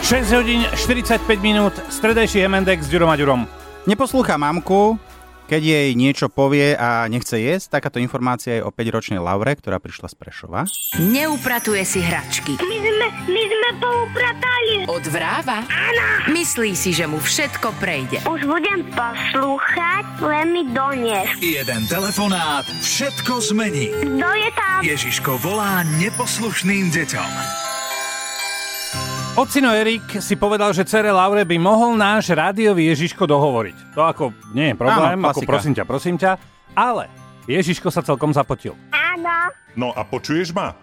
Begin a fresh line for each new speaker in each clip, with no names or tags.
6 hodín 45 minút, stredajší Hemendex s Ďurom a Ďurom.
Neposlúcha mamku, keď jej niečo povie a nechce jesť. Takáto informácia je o 5-ročnej Laure, ktorá prišla z Prešova.
Neupratuje si hračky.
My sme, my sme poupratali.
Odvráva. Áno. Myslí si, že mu všetko prejde.
Už budem poslúchať, len mi donies.
Jeden telefonát všetko zmení.
Kto je tam?
Ježiško volá neposlušným deťom.
Ocino Erik si povedal, že cere Laure by mohol náš rádiový Ježiško dohovoriť. To ako nie je problém,
Áno,
ako
klasika.
prosím ťa, prosím ťa. Ale Ježiško sa celkom zapotil.
Áno.
No a počuješ ma?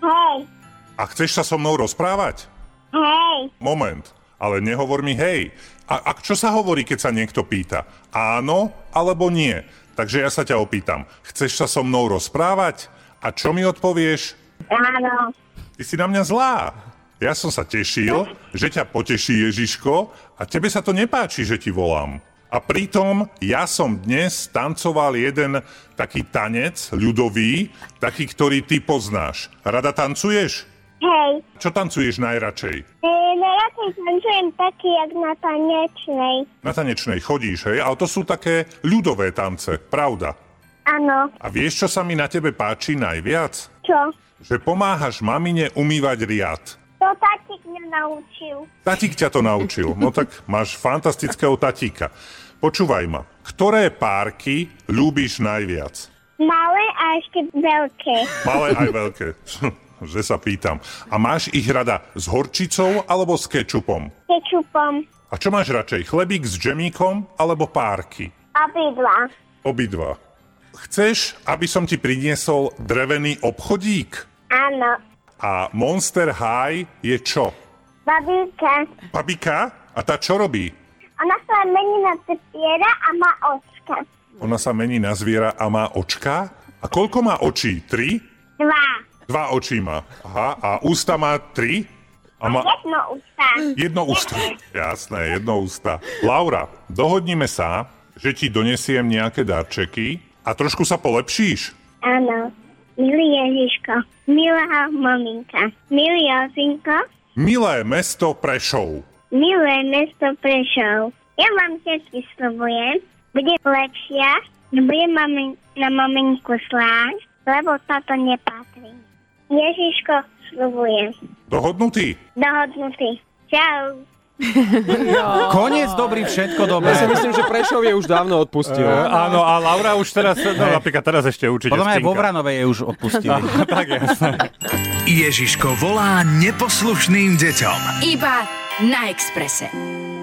Hej,
A chceš sa so mnou rozprávať?
hej.
Moment, ale nehovor mi hej. A, a čo sa hovorí, keď sa niekto pýta? Áno alebo nie? Takže ja sa ťa opýtam, chceš sa so mnou rozprávať? A čo mi odpovieš?
Áno.
Ty si na mňa zlá. Ja som sa tešil, že ťa poteší Ježiško a tebe sa to nepáči, že ti volám. A pritom ja som dnes tancoval jeden taký tanec ľudový, taký, ktorý ty poznáš. Rada tancuješ?
Hej.
Čo tancuješ najradšej?
E, no ja keď tancujem taký, jak na tanečnej.
Na tanečnej chodíš, hej? Ale to sú také ľudové tance, pravda.
Áno.
A vieš, čo sa mi na tebe páči najviac?
Čo?
Že pomáhaš mamine umývať riad.
To tatík mňa naučil.
Tatík ťa to naučil. No tak máš fantastického tatíka. Počúvaj ma, ktoré párky ľúbiš najviac?
Malé a ešte veľké.
Malé aj veľké. že sa pýtam. A máš ich rada s horčicou alebo s kečupom?
S Kečupom.
A čo máš radšej, chlebík s džemíkom alebo párky?
Obidva.
Obidva. Chceš, aby som ti priniesol drevený obchodík?
Áno.
A Monster High je čo?
Babíka.
Babika? A tá čo robí?
Ona sa mení na tepiera a má očka.
Ona sa mení na zviera a má očka? A koľko má očí? Tri?
Dva.
Dva očí má. Aha, a ústa má tri? A má
Jedno ústa.
jedno ústa. Jasné, jedno ústa. Laura, dohodnime sa, že ti donesiem nejaké darčeky a trošku sa polepšíš.
Áno. Milý Ježiško. Milá maminka. Milý Jozinko.
Milé mesto Prešov.
Milé mesto Prešov. Ja vám tiež vyslovujem. Bude lepšia. Bude mami, na maminku sláň, lebo táto nepatrí. Ježiško, slovujem.
Dohodnutý?
Dohodnutý. Čau.
Koniec dobrý, všetko dobré.
Ja si myslím, že Prešov je už dávno odpustil.
E, áno, a Laura už teraz, no napríklad teraz ešte určite
Podľa mňa aj vo
stinka.
Vranove je už odpustili.
tak je.
Ježiško volá neposlušným deťom.
Iba na Exprese.